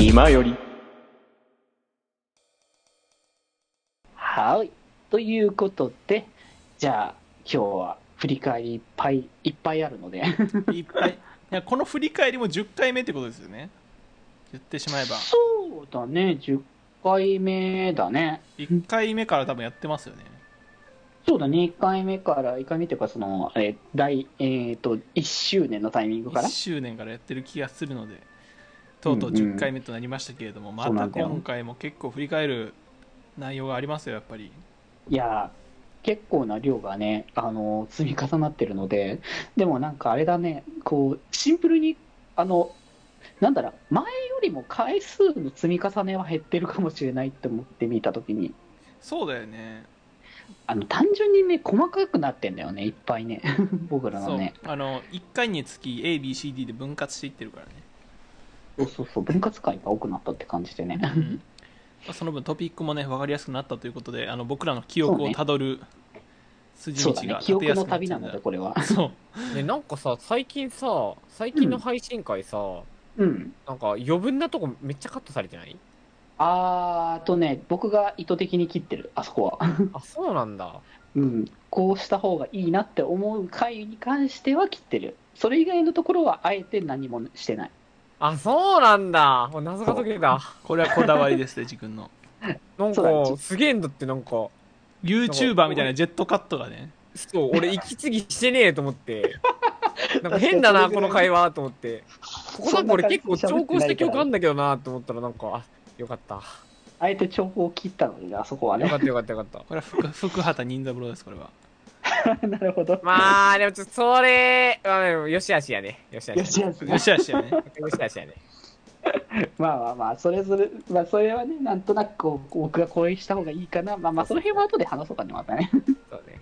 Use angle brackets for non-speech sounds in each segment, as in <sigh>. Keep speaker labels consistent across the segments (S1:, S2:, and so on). S1: 今より
S2: はい。ということで、じゃあ、今日は振り返りいっぱいいっぱいあるので、
S3: いっぱいいやこの振り返りも10回目ってことですよね言ってしまえば
S2: そうだね、10回目だね。
S3: 1回目から多分やってますよね
S2: そうだね、1回目から、1回目っていうか、その、えー第、えーと、1周年のタイミングから
S3: 1、周年からやってる気がするのでとうとう10回目となりましたけれども、
S2: そうな
S3: ま
S2: ん
S3: た
S2: だよ
S3: 今回も結構振り返る内容がありますよやっぱり
S2: いやー、結構な量がね、あのー積み重なってるので、でもなんかあれだね、こう、シンプルに、あの、なんだろう、前よりも回数の積み重ねは減ってるかもしれないって思ってみたときに、
S3: そうだよね
S2: あの単純にね細かくなってんだよねいっぱいね <laughs> 僕ら
S3: そ
S2: の
S3: う
S2: ね
S3: あの1回につき ABCD で分割していってるからね、
S2: そうそうそう分割会が多くなったって感じでね
S3: <laughs> うんまあその分トピックもね分かりやすくなったということであの僕らの記憶をたどる筋
S2: そ
S3: 道
S2: うだね
S3: が
S2: 記
S3: 立て
S2: 憶
S3: やす
S2: の
S3: くなっ
S2: 旅
S3: てるんだ
S2: なのでこれは
S3: そう
S4: ね、なんかさ、最近さ、最近の配信会さ、
S2: うん
S4: なんか余分なとこめっちゃカットされてない
S2: あーとね僕が意図的に切ってるあそこは <laughs>
S4: あ、そうなんだ。
S2: うんこうした方がいいなって思う回に関しては切ってるそれ以外のところはあえて何もしてない
S4: あ、そうなんだ。もう謎が解けた。
S3: これはこだわりですね自分の
S4: なん
S2: そうだね
S4: か、すげえんだって、なんか、
S3: YouTuber みたいなジェットカットがね
S4: そう、俺息継ぎしてねえと思
S2: <laughs>
S4: って。なんか変だな、
S2: 確か
S4: こ
S2: に
S4: の会話と思って。ここなんか俺結構
S2: そんな
S4: 調
S2: 感
S4: 校
S2: じ
S4: し
S2: で喋ってないか
S4: た記
S2: ら
S4: 憶あんだけどなと思ったら、なんか、あ、よかった。
S2: あえて情報を切ったのでねあそこは
S4: よ
S3: <laughs>
S2: ね
S4: かったよかったよ
S2: <laughs>
S4: かった。
S3: これは福福畑任三郎ですこれは
S2: なるほど
S4: まあ、でもちょっと、それ、まあ、でもよしあしやね。よしあし。
S2: よしよし
S3: よしよしやね
S4: よしあしやね。
S2: まあまあまあ、それぞれ、まあそれはね、なんとなくこう僕がこれした方がいいかな。まあまあ、その辺は後で話そうかね、またね。
S4: そうね。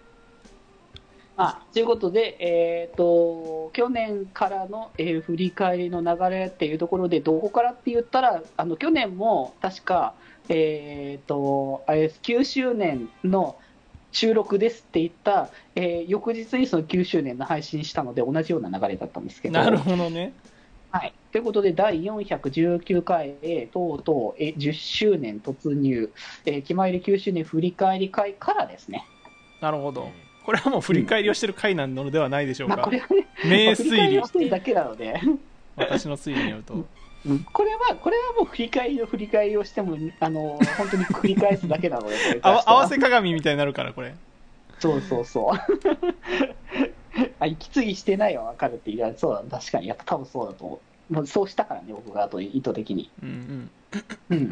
S2: あ、ということで、えっ、と、去年からの、えー振り返りの流れっていうところで、どこからって言ったら、あの、去年も確か、えっ、と、あれです、9周年の収録ですって言った、えー翌日にその9周年の配信したので、同じような流れだったんですけど。
S3: なるほどね
S2: はい。ということで、第419回、えーとうとう、えー10周年突入、えー、気まり9周年振り返り会からですね。
S3: なるほどこれはもう振り返りをしてる回なのではないでしょう
S2: まあ、
S3: か
S2: これはね、
S3: 名
S2: 振り
S3: 推
S2: 返り
S3: 理
S2: をしてるだけなので、
S3: 私の推理による
S2: <laughs>
S3: と
S2: うんこれは、これはもう振り返りの振り返りをしても、あのー、本当に繰り返すだけなので、これに
S3: <laughs> あ
S2: 関
S3: わ
S2: しては
S3: 合わせ鏡みたいになるからこれ
S2: そうそうそう。 <laughs> あ、息継ぎしてないはわかるって言われそうだ、確かに。やっぱ多分そうだと思う。もうそうしたからね、僕が、あと意図的に。
S3: うんう
S2: う
S3: ん
S2: ん、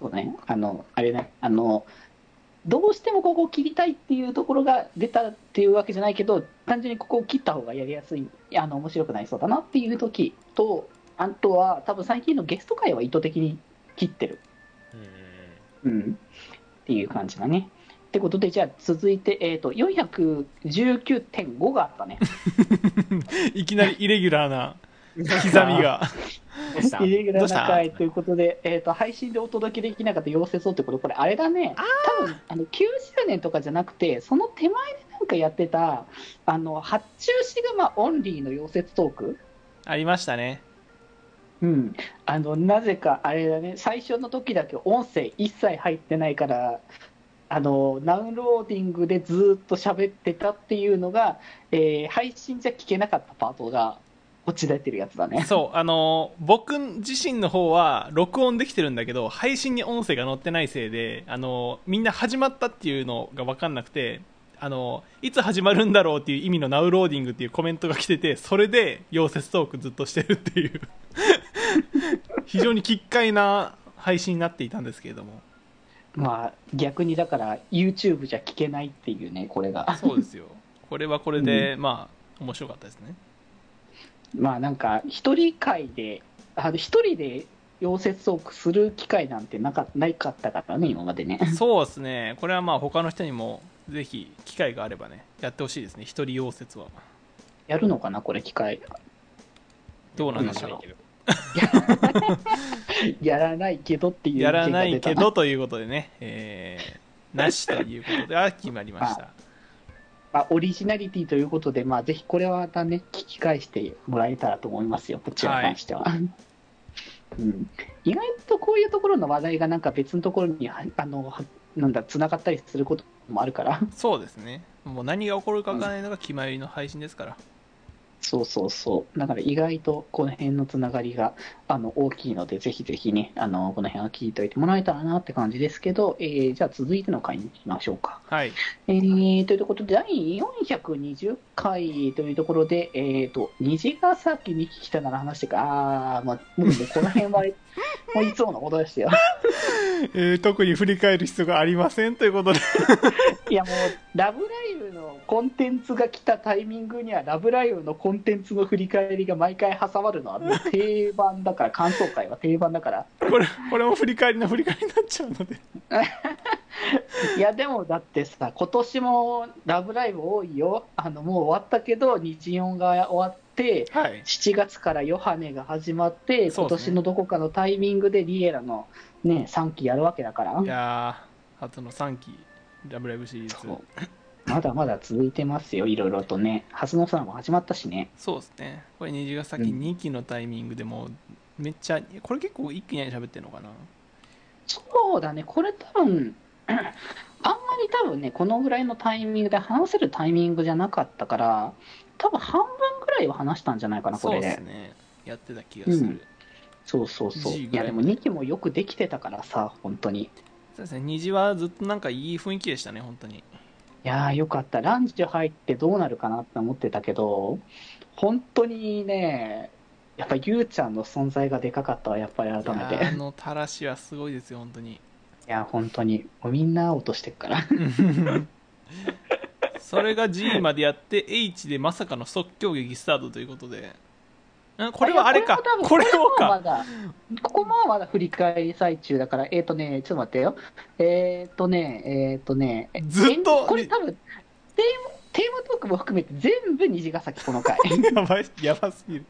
S2: そうだね、あの、あれね、あの、どうしてもここを切りたいっていうところが出たっていうわけじゃないけど、単純にここを切った方がやりやすい、いやあの、面白くなりそうだなっていう時と、あとは、多分最近のゲスト会は意図的に切ってる。
S4: うんうんう
S2: う
S4: ん。
S2: ん。っていう感じだね。ってことで、じゃあ続いて、えっ、と、419.5があったね。
S3: いきなりイレギュラーな刻
S2: <laughs>
S3: みが
S4: どうした
S2: イレギュラ
S3: ど
S2: ー
S3: うした
S2: な回ということで、えー、と配信でお届けできなかった妖精そうってことこれあれだね多分あの9周年とかじゃなくてその手前でなんかやってたあの発注シグマオンリーの溶接トーク
S3: ありましたね
S2: うん、あのなぜかあれだね最初の時だけ音声一切入ってないからあのダウンローディングでずっと喋ってたっていうのが、えー配信じゃ聞けなかったパートが落ち出てるやつだね。
S3: そうあのー僕自身の方は録音できてるんだけど配信に音声が載ってないせいであのーみんな始まったっていうのが分かんなくてあのーいつ始まるんだろうっていう意味のナウローディングっていうコメントが来ててそれで溶接トークずっとしてるっていう <laughs> 非常に奇怪な配信になっていたんですけれども
S2: まあ逆にだから YouTube じゃ聞けないっていうねこれが
S3: そうですよこれはこれで、まあ面白かったですね
S2: まあなんか一人会であの一人で溶接トークする機会なんてなかないかったからね今までね
S3: そうですねこれはまあ他の人にもぜひ機会があればねやってほしいですね一人溶接は
S2: やるのかなこれ機会
S3: どうなんでしょう
S2: やらないけどっていう意見
S3: や
S2: が出
S3: ら
S2: た
S3: ないけどということでね、え <laughs> ー、なしということで、あ、決まりました。
S2: まあ、オリジナリティということでまあぜひこれはまたね聞き返してもらえたらと思いますよこちらに関しては、 <laughs> うん、意外とこういうところの話題がなんか別のところにはあのはなんだ繋がったりすることもあるから <laughs>
S3: そうですねもう何が起こるかわからないのが決まりの配信ですから、
S2: そうそうそうだから意外とこの辺のつながりがあの大きいのでぜひぜひねあのこの辺は聞いておいてもらえたらなって感じですけど、えーじゃあ続いての回に行きましょうか。
S3: はい
S2: えー、ということで、第420回というところで、えー、と、虹ヶ崎に聞きたなら話してか、あー、まあ、もうねこの辺は、もういつものことですよ。
S3: <laughs> えー特に振り返る必要がありませんということで
S2: いや、もう、ラブライブのコンテンツが来たタイミングには、ラブライブのコンテンツの振り返りが毎回挟まるのは、もう定番だから、感想会は定番だから。
S3: <laughs> これこれも振り返りの振り返りになっちゃうので
S2: いや、でも、だってさ、今年もラブライブ多いよ。あの、もう終わったけど、日音が終わって、
S3: はい
S2: 7月からヨハネが始まって、
S3: そう
S2: 今
S3: です
S2: 年
S3: ね
S2: のどこかのタイミングでリエラの、ね、3期やるわけだから
S3: い、やー初の3期「ラブライブ!」シリーズ
S2: そうまだまだ続いてますよ、いろいろとね、初の空も始まったしね、
S3: そうですねこれ虹ヶ崎2期のタイミングでもうめっちゃこれ結構一気に喋ってるのかな
S2: そうだね、これ多分 <clears throat> あんまり多分ね、このぐらいのタイミングで話せるタイミングじゃなかったから、多分半分ぐらいは話したんじゃないかな、こ
S3: そう
S2: れ
S3: です
S2: で。
S3: ねやってた気がする、
S2: うんそうそうそう。
S3: G
S2: い
S3: ぐら
S2: や、で
S3: い
S2: も2期もよくできてたからさ、本当に。
S3: そうですね虹はずっとなんかいい雰囲気でしたね本当に
S2: いやーよかった、ランチ入ってどうなるかなって思ってたけど、本当にね、やっぱゆうちゃんの存在がでかかったわ、やっぱり改め
S3: いやーあ
S2: て。
S3: のたらしはすごいですよ本当に
S2: いや、本当に、もうみんな落としてるから。
S3: それが G までやって H でまさかの即興劇スタートということでんこれはあれか
S2: いや
S3: これ
S2: こ
S3: を
S2: れもま
S3: か
S2: だ、ここもまだ振り返り最中だから、えっ、ー、とね、ちょっと待ってよ。えっ、ー、とね、えっ、ー、とね、
S3: ずっと
S2: えこれ多分、テーマ、テーマトークも含めて全部虹ヶ崎この回。
S3: やばいやばすぎる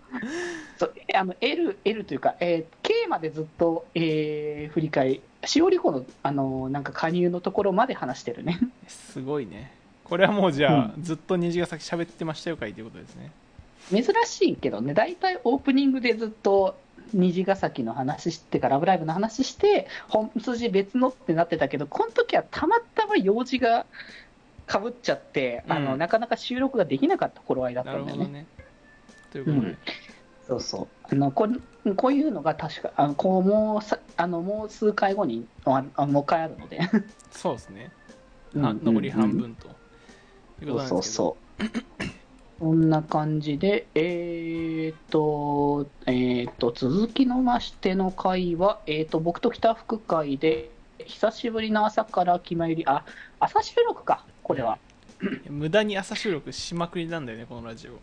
S2: そうあの L, L というか、えー K までずっと、えー振り返り、しおりこの、あのーなんか加入のところまで話してるね。 <laughs>
S3: すごいねこれはもうじゃあ、ずっと虹ヶ崎喋ってましたよかいということですね
S2: 珍しいけどね、大体オープニングでずっと虹ヶ崎の話してか、ラブライブの話して、本筋別のってなってたけど、この時はたまたま用事がかぶっちゃって、あ
S3: う
S2: の、
S3: ん
S2: なかなか収録ができなかった頃合いだっ
S3: な
S2: た
S3: る
S2: んだ
S3: ほ
S2: よ
S3: ど
S2: ね。
S3: ねということで、
S2: うんそうそうあのこんこういうのが確か、あのこうもうさあのもう数回後にああもう一回あるの
S3: <laughs>
S2: で。
S3: そうですね、
S2: うん
S3: は残り半分と、いうことなんですけど
S2: そうそうそう。こんな感じで、えーっと、えーっと、続きのましての回は、えーっと、僕と北福会で、久しぶりの朝から気まゆり、あ、朝収録か、これは。
S3: 無駄に朝収録しまくりなんだよねこのラジオ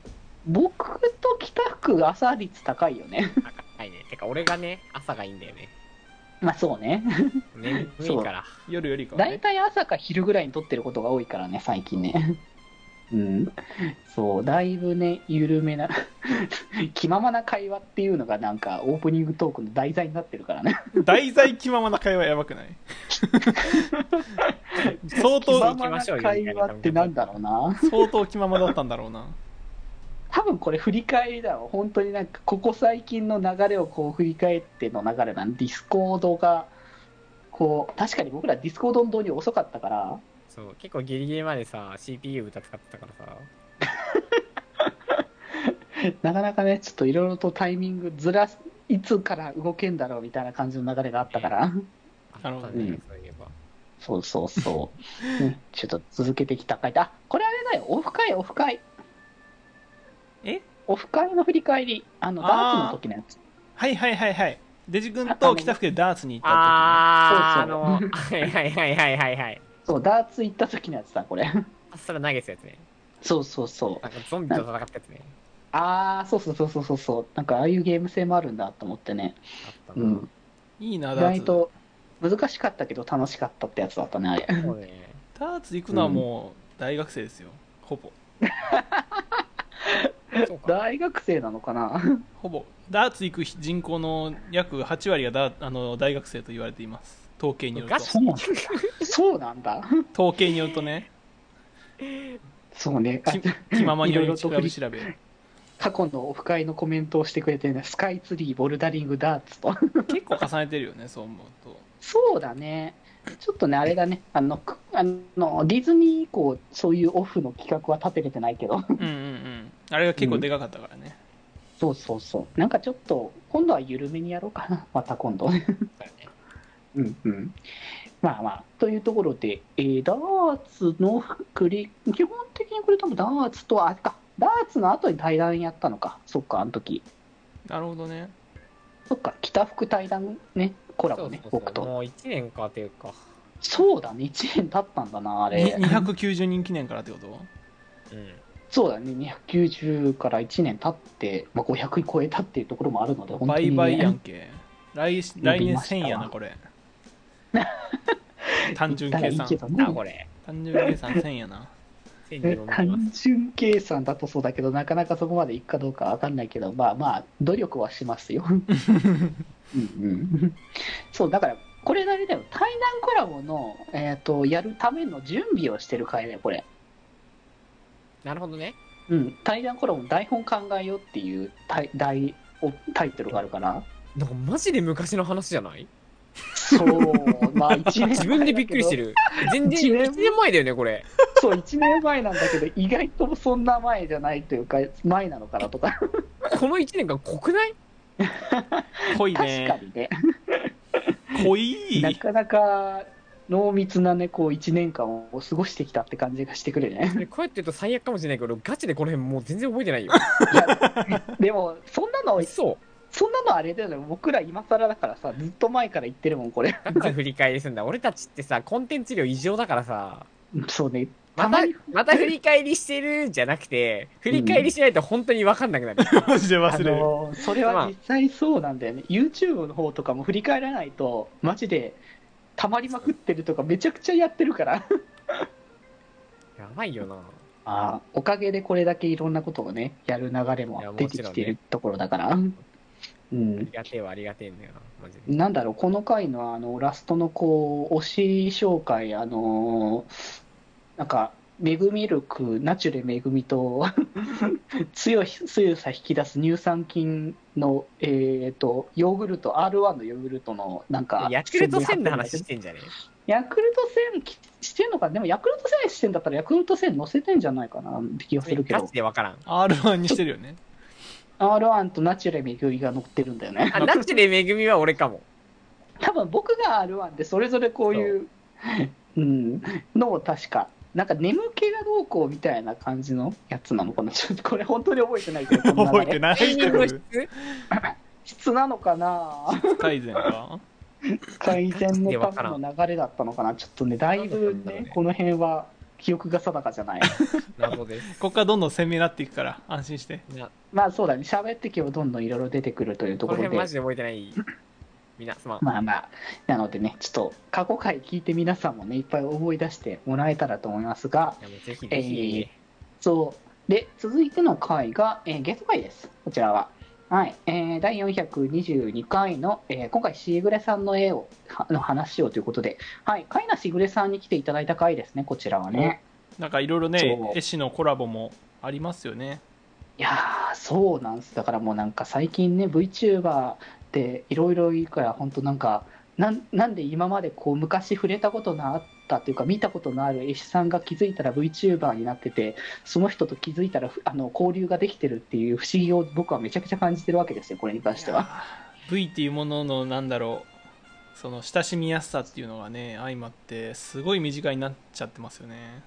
S2: 僕と北福、朝率高いよね。 <laughs>
S4: はいね。てか、俺がね、朝がいいんだよね。
S2: まあそうね。
S4: 眠いから。
S3: 夜よりかは
S2: 大
S3: ね
S2: 体朝か昼ぐらいに撮ってることが多いからね、最近ね。うん。そう、だいぶね、緩めな、 <laughs> 気ままな会話っていうのがなんかオープニングトークの題材になってるからね。
S3: 題材気ままな会話やばく
S4: <laughs>
S3: ない相
S2: <laughs> 気ま
S3: 当
S2: まな会話ってなんだろうな。
S3: 相当気ままだったんだろうな
S2: 多分これ振り返りだわ。本当になんかここ最近の流れをこう振り返っての流れなんで、ディスコードが、こう、確かに僕らディスコードの導入遅かったから、
S4: そう、結構ギリギリまでさ、CPU 歌使ってたからさ。
S2: なかなかね、ちょっといろいろとタイミングずらす、いつから動けんだろうみたいな感じの流れがあったから、
S3: なるほど
S4: あったね
S2: うん
S4: そういえば。
S2: そうそう <laughs> そう、ねちょっと続けてきた回あこれあれだよ、オフ会、オフ会、
S3: え
S2: オフ会の振り返り、あの、
S3: あー
S2: ダーツの時のやつ、
S3: はいはいはいはいデジ君と北福でダーツに行った
S4: あー、
S2: そ
S4: あ
S2: う
S4: の、 <laughs> はいはいはいはいはいはい。
S2: そう、ダーツ行った時のやつだ、 <laughs> これ、
S4: あっさら投げてたやつね。
S2: そうそうそう、
S4: なんかゾンビと戦ったやつね。
S2: あー、そうそうそうそうそうそう、なんかああいうゲーム性もあるんだと思ってね、
S4: あった
S2: う
S4: な。
S2: ん、
S3: 時にいいな
S2: 意
S3: ダー
S2: 外
S3: ツ
S2: と難しかったけど楽しかったってやつだったね、あれ。
S4: そうね。
S3: ダーツ行くのはもう大学生ですよほぼ
S4: そうか。
S2: 大学生なのかな <laughs>
S3: ほぼダーツ行く人口の約8割がダあの大学生と言われています統計によると
S4: ガチ
S2: そうなんだ。そうなんだ。
S3: 統計によるとね
S2: そうね。
S3: き気ままによる調べ調べ
S2: 過去のオフ会のコメントをしてくれてるね、スカイツリー、ボルダリング、ダーツと。 <laughs>
S3: 結構重ねてるよね、そう思うと。
S2: そうだね。ちょっとね、あれだね。あの、くあのディズニー以降、そういうオフの企画は立てれてないけど。 <laughs>
S3: うんうんうん。あれが結構でかかったからね。
S2: そうそうそう。なんかちょっと、今度は緩めにやろうかな。 <laughs> また
S4: <laughs>
S2: 今度。うんうん。まあまあ、というところで、えーダーツのクリ、基本的にこれ多分ダーツと、あれか、ダーツの後に対談やったのか。そっか、あの時。
S3: なるほどね。
S2: そっか、北福対談ね、コラボね、
S4: そうそう
S2: 僕
S4: そう
S2: と。
S4: もう1年かっていうか。
S2: そうだね、1年経ったんだな、あ
S3: に
S2: れ。
S3: 290人記念からってこと
S4: うん。
S2: そうだね、290から1年経って、まあ、500超えたっていうところもあるので、本当
S3: 倍
S2: に、ね、
S3: 々やんけ。来し来
S2: 伸び
S3: 年
S2: ましたわ
S3: 1000やな、
S2: <laughs>
S3: これ。単純
S2: だからい
S3: 計
S2: い
S3: 算
S2: け。どね
S4: な、これ。
S3: 単純計算1000やな。
S4: 1024万。
S2: 単純計算だとそうだけど、なかなかそこまでいくかどうかわかんないけど、まあまあ、努力はします
S3: <laughs>
S2: よ。うんうん、そう、だから、これあれだよ、対談コラボの、えー、とやるための準備をしてる会だよ、これ。
S4: なるほどね。
S2: うん、対談コラボの台本考えようっていうタイ題をタイトルがあるから、
S4: なんかマジで昔の話じゃない
S2: そう、まあ1年
S4: 自分でびっくりして
S2: る。
S4: <laughs> る。全然
S2: 一年
S4: 1年前だよね、これ。
S2: そう、1年前なんだけど、意外とそんな前じゃないというか、前なのかなとか、
S4: この1年間濃くない
S3: 濃い
S2: 確か
S3: ね。
S2: にね、
S3: 濃。
S2: ないかなか濃密なね、こう、1年間を過ごしてきたって感じがしてくるね。
S4: <laughs> こうやって言うと最悪かもしれないけど、ガチでこの辺もう全然覚えてないよ。
S2: いやでも、そんなの、
S4: そう。
S2: そんなのあれだよね、僕ら今更だからさ、ずっと前から言ってるもん、これ。
S4: だから振り返りすんだ。俺たちってさ、コンテンツ量異常だからさ、
S2: そうね、
S4: ま
S2: た
S4: た
S2: まに、
S4: また振り返りしてるじゃなくて、振り返りしないと本当に分かんなくなる。
S3: マジで
S2: あ
S3: 忘れる。
S2: のーそれは実際そうなんだよね、YouTube の方とかも振り返らないと、マジで、溜まりまくってるとか、めちゃくちゃやってるから。
S4: やばいよな。
S2: あーおかげでこれだけいろんなことをね、やる流れも
S4: いや
S2: 出
S4: もちろんね
S2: てきてるところだ
S4: <laughs>
S2: から。うん
S4: あり。がてえはありがてえんだよな、マジで。
S2: なんだろう、この回のあの、ラストのこう、推し紹介、あのーなんか、めぐみるく、ナチュレめぐみと、 <laughs> 強し強さ引き出す乳酸菌の、えっ、と、ヨーグルト、R1 のヨーグルトの、なんか、
S4: ヤクルト1000の話してんじゃね
S2: ヤクルト1000きしてんのかなでもヤクルト1000してんだったらヤクルト1000乗せてんじゃないかなって気がするけ
S4: ガ
S2: ど
S4: チ。で分からん。
S3: R1 にしてるよね。
S2: R1 とナチュラルめぐみが乗ってるんだよね。 <laughs>
S4: あ、ナッチでめぐみは俺かも。
S2: 多分僕が R1 でそれぞれこういう、うん、のを確か、なんか眠気がどうこうみたいな感じのやつなのかな。 <laughs> ちょっとこれ本当に覚えてないけど、この流れ
S3: 覚えてない
S4: 睡
S3: け
S4: 眠の
S3: ど
S4: 質。
S2: 質なのかな
S3: 改善か。
S2: 改善のための流れだったのかな。ちょっとね、だいぶね、この辺は記憶が定かじゃない。
S4: 謎です。
S3: ここからどんどん鮮明になっていくから、安心して。
S4: いや
S2: まあそうだね、喋って今日どんどんいろいろ出てくるというと
S4: こ
S2: こ
S4: の
S2: ろで
S4: 辺。マジで覚えてない。みんな、すまん。
S2: まあまあ、なのでね、ちょっと過去回聞いて皆さんもね、いっぱい思い出してもらえたらと思いますが、
S4: いやもうぜひぜ
S2: えー
S4: ひ。
S2: そう。で、続いての回が、えーゲスト回です。こちらは。はい。えー第422回の、えー今回、しぐれさんの絵を、はの話をということで、はい。カイナしぐれさんに来ていただいた回ですね、こちらはね。
S3: なんかいろいろ
S2: そ
S3: ね
S2: う、
S3: 絵師のコラボもありますよね。
S2: いやー、そうなんです。だからもうなんか最近ね、VTuber っていろいろいるから、本当なんか、なんなんで今までこう昔触れたことのあったというか見たことのある絵師さんが気づいたら VTuber になっててその人と気づいたらふあの交流ができてるっていう不思議を僕はめちゃくちゃ感じてるわけですよこれに関しては
S3: V っていうもののなんだろうその親しみやすさっていうのがね相まってすごい身近になっちゃってますよね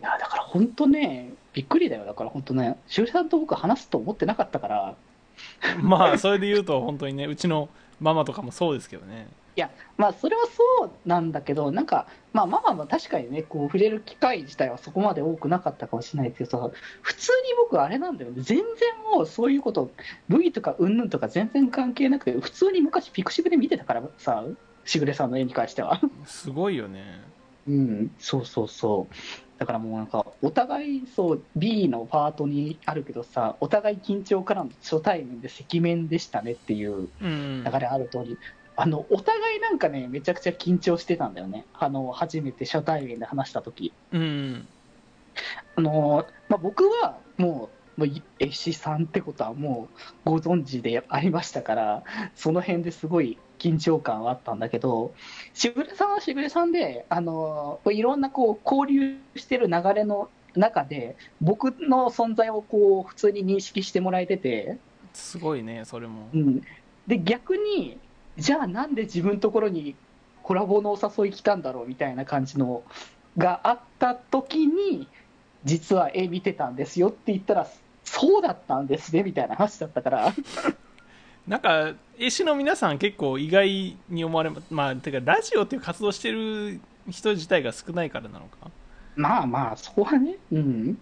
S2: いやだから本当ねびっくりだよだから本当ねしおりさんと僕話すと思ってなかったから
S3: <laughs> まあそれで言うと本当にねうちのママとかもそうですけどね
S2: まあそれはそうなんだけどなんかまあママも確かにねこう触れる機会自体はそこまで多くなかったかもしれないけど普通に僕あれなんだよね全然もうそういうこと V とかうんぬんとか全然関係なくて普通に昔ピクシブで見てたからさしぐれさんの絵に関しては
S3: すごいよね
S2: うんそうそうそうだからもうなんかお互いそう B のパートにあるけどさお互い緊張からの初対面で赤面でしたねっていう
S3: うん
S2: 流れある通り、あの、お互いなんかね、めちゃくちゃ緊張してたんだよね。あの、初めて初対面で話した時
S3: うん
S2: あの、まあ、僕はもう、もうい絵師さんってことはもうご存知でありましたからその辺ですごい緊張感はあったんだけどしぐれさんはしぐれさんであのこういろんなこう交流してる流れの中で僕の存在をこう普通に認識してもらえてて、
S3: すごいねそれも
S2: うん、で逆にじゃあなんで自分のところにコラボのお誘い来たんだろうみたいな感じのがあった時に実は絵見てたんですよって言ったらそうだったんですねみたいな話だったから。 <laughs>
S3: なんか絵師の皆さん結構意外に思われままあてかラジオっていう活動してる人自体が少ないからなのか
S2: まあまあ、そこはね、うん。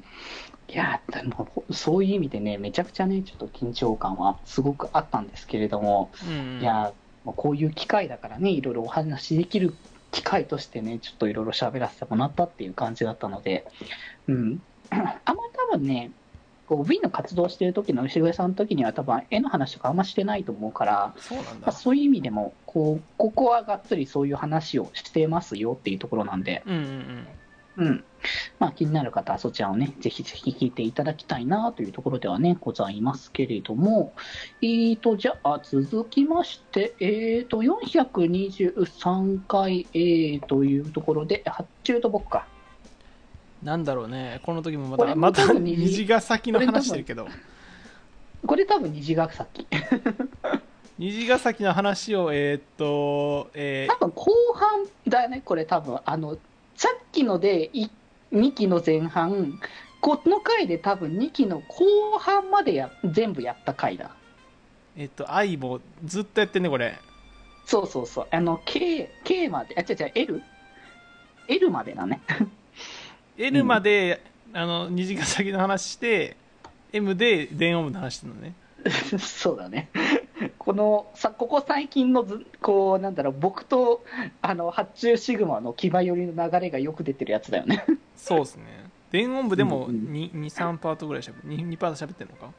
S2: いや、でも、そういう意味でね、めちゃくちゃね、ちょっと緊張感はすごくあったんですけれども、
S3: うん
S2: いや、もうこういう機会だからね、いろいろお話しできる機会としてね、ちょっといろいろ喋らせてもらったっていう感じだったので、うん。 <clears throat> あんま多分ね、こう V の活動してる時の牛上さんの時には多分絵の話とかあんましてないと思うから、
S3: そうなん
S2: まあ
S3: だ
S2: そういう意味でも、こう、ここはがっつりそういう話をしてますよっていうところなんで、
S3: うんうんうん
S2: うん。まあ、気になる方はそちらをね、ぜひぜひ聞いていただきたいなというところではね、ございますけれども、えーと、じゃあ、続きまして、えーと、423回、えーというところで、発注と僕か。
S3: なんだろうねこの時もま
S2: こ
S3: た
S2: れも
S3: また
S2: 多分虹
S3: 虹が先の話してる
S2: <laughs>
S3: けど
S2: これ多分虹ヶ崎。
S3: 虹ヶ崎の話をえーっと、え
S2: 多分後半だよね、これ多分。あの、さっきのでい2期の前半、この回で多分2期の後半までや全部やった回だ。
S3: ーえーっと愛もずっとやってんねこれ
S2: そうそうそう。あの、K、K まで、あ、違う違う、L? L までだね。 <laughs>
S3: L まで、あの虹ヶ崎の話して M で電音部の話してるのね
S2: そうだね。この、さ、ここ最近のず、こう、なんだろう、僕と、あの、発注シグマの牙寄りの流れがよく出てるやつだよね。 <laughs>
S3: そうですね電音部でも
S2: うんうん
S3: 23パートぐらいしゃべ 2, パート喋ってるのか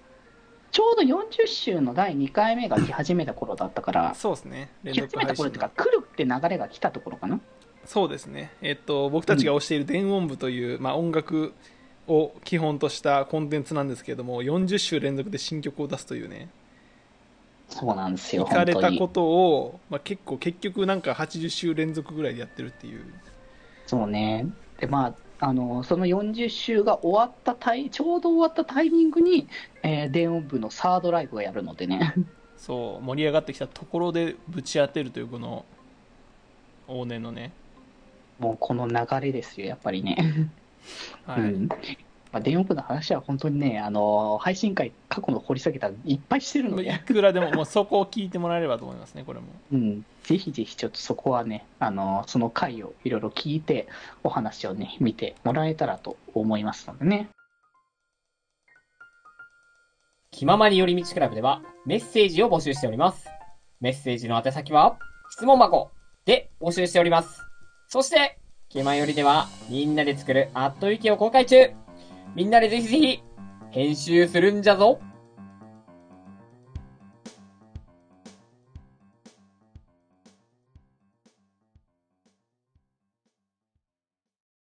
S2: ちょうど40週の第2回目が来始めた頃だったから、
S3: そうですね連
S2: 来始めた頃っていう
S3: の
S2: か、来るって流れが来たところかな。
S3: そうですねえっと僕たちが推している電音部という、まあ、音楽を基本としたコンテンツなんですけれども40週連続で新曲を出すというね
S2: そうなんですよ、
S3: 行か
S2: 本
S3: れ
S2: 当
S3: た
S2: に
S3: こ。とを、まあ、結構結局なんか80週連続ぐらいでやってるっていう
S2: そうね。で、まあ、あの、その40週が終わったタイ、ちょうど終わったタイミングに、えー電音部のサードライブをやるのでね。 <laughs>
S3: そう盛り上がってきたところでぶち当てるというこの往年のね
S2: もうこの流れですよ、やっぱりね。
S3: はい、
S2: うんまあ、電音部の話は本当にね、あの配信会、過去の掘り下げたらいっぱいしてるの
S3: い
S2: で、
S3: くらでももうそこを聞いてもらえればと思いますねこれも
S2: うん、ぜひぜひちょっとそこはね、あのその回をいろいろ聞いて、お話をね、見てもらえたらと思いますのでね。
S4: 気ままに寄り道クラブではメッセージを募集しております。メッセージの宛先は、質問箱で募集しております。そして、気まよりでは、みんなで作るあっという間を公開中みんなでぜひぜひ、編集するんじゃぞ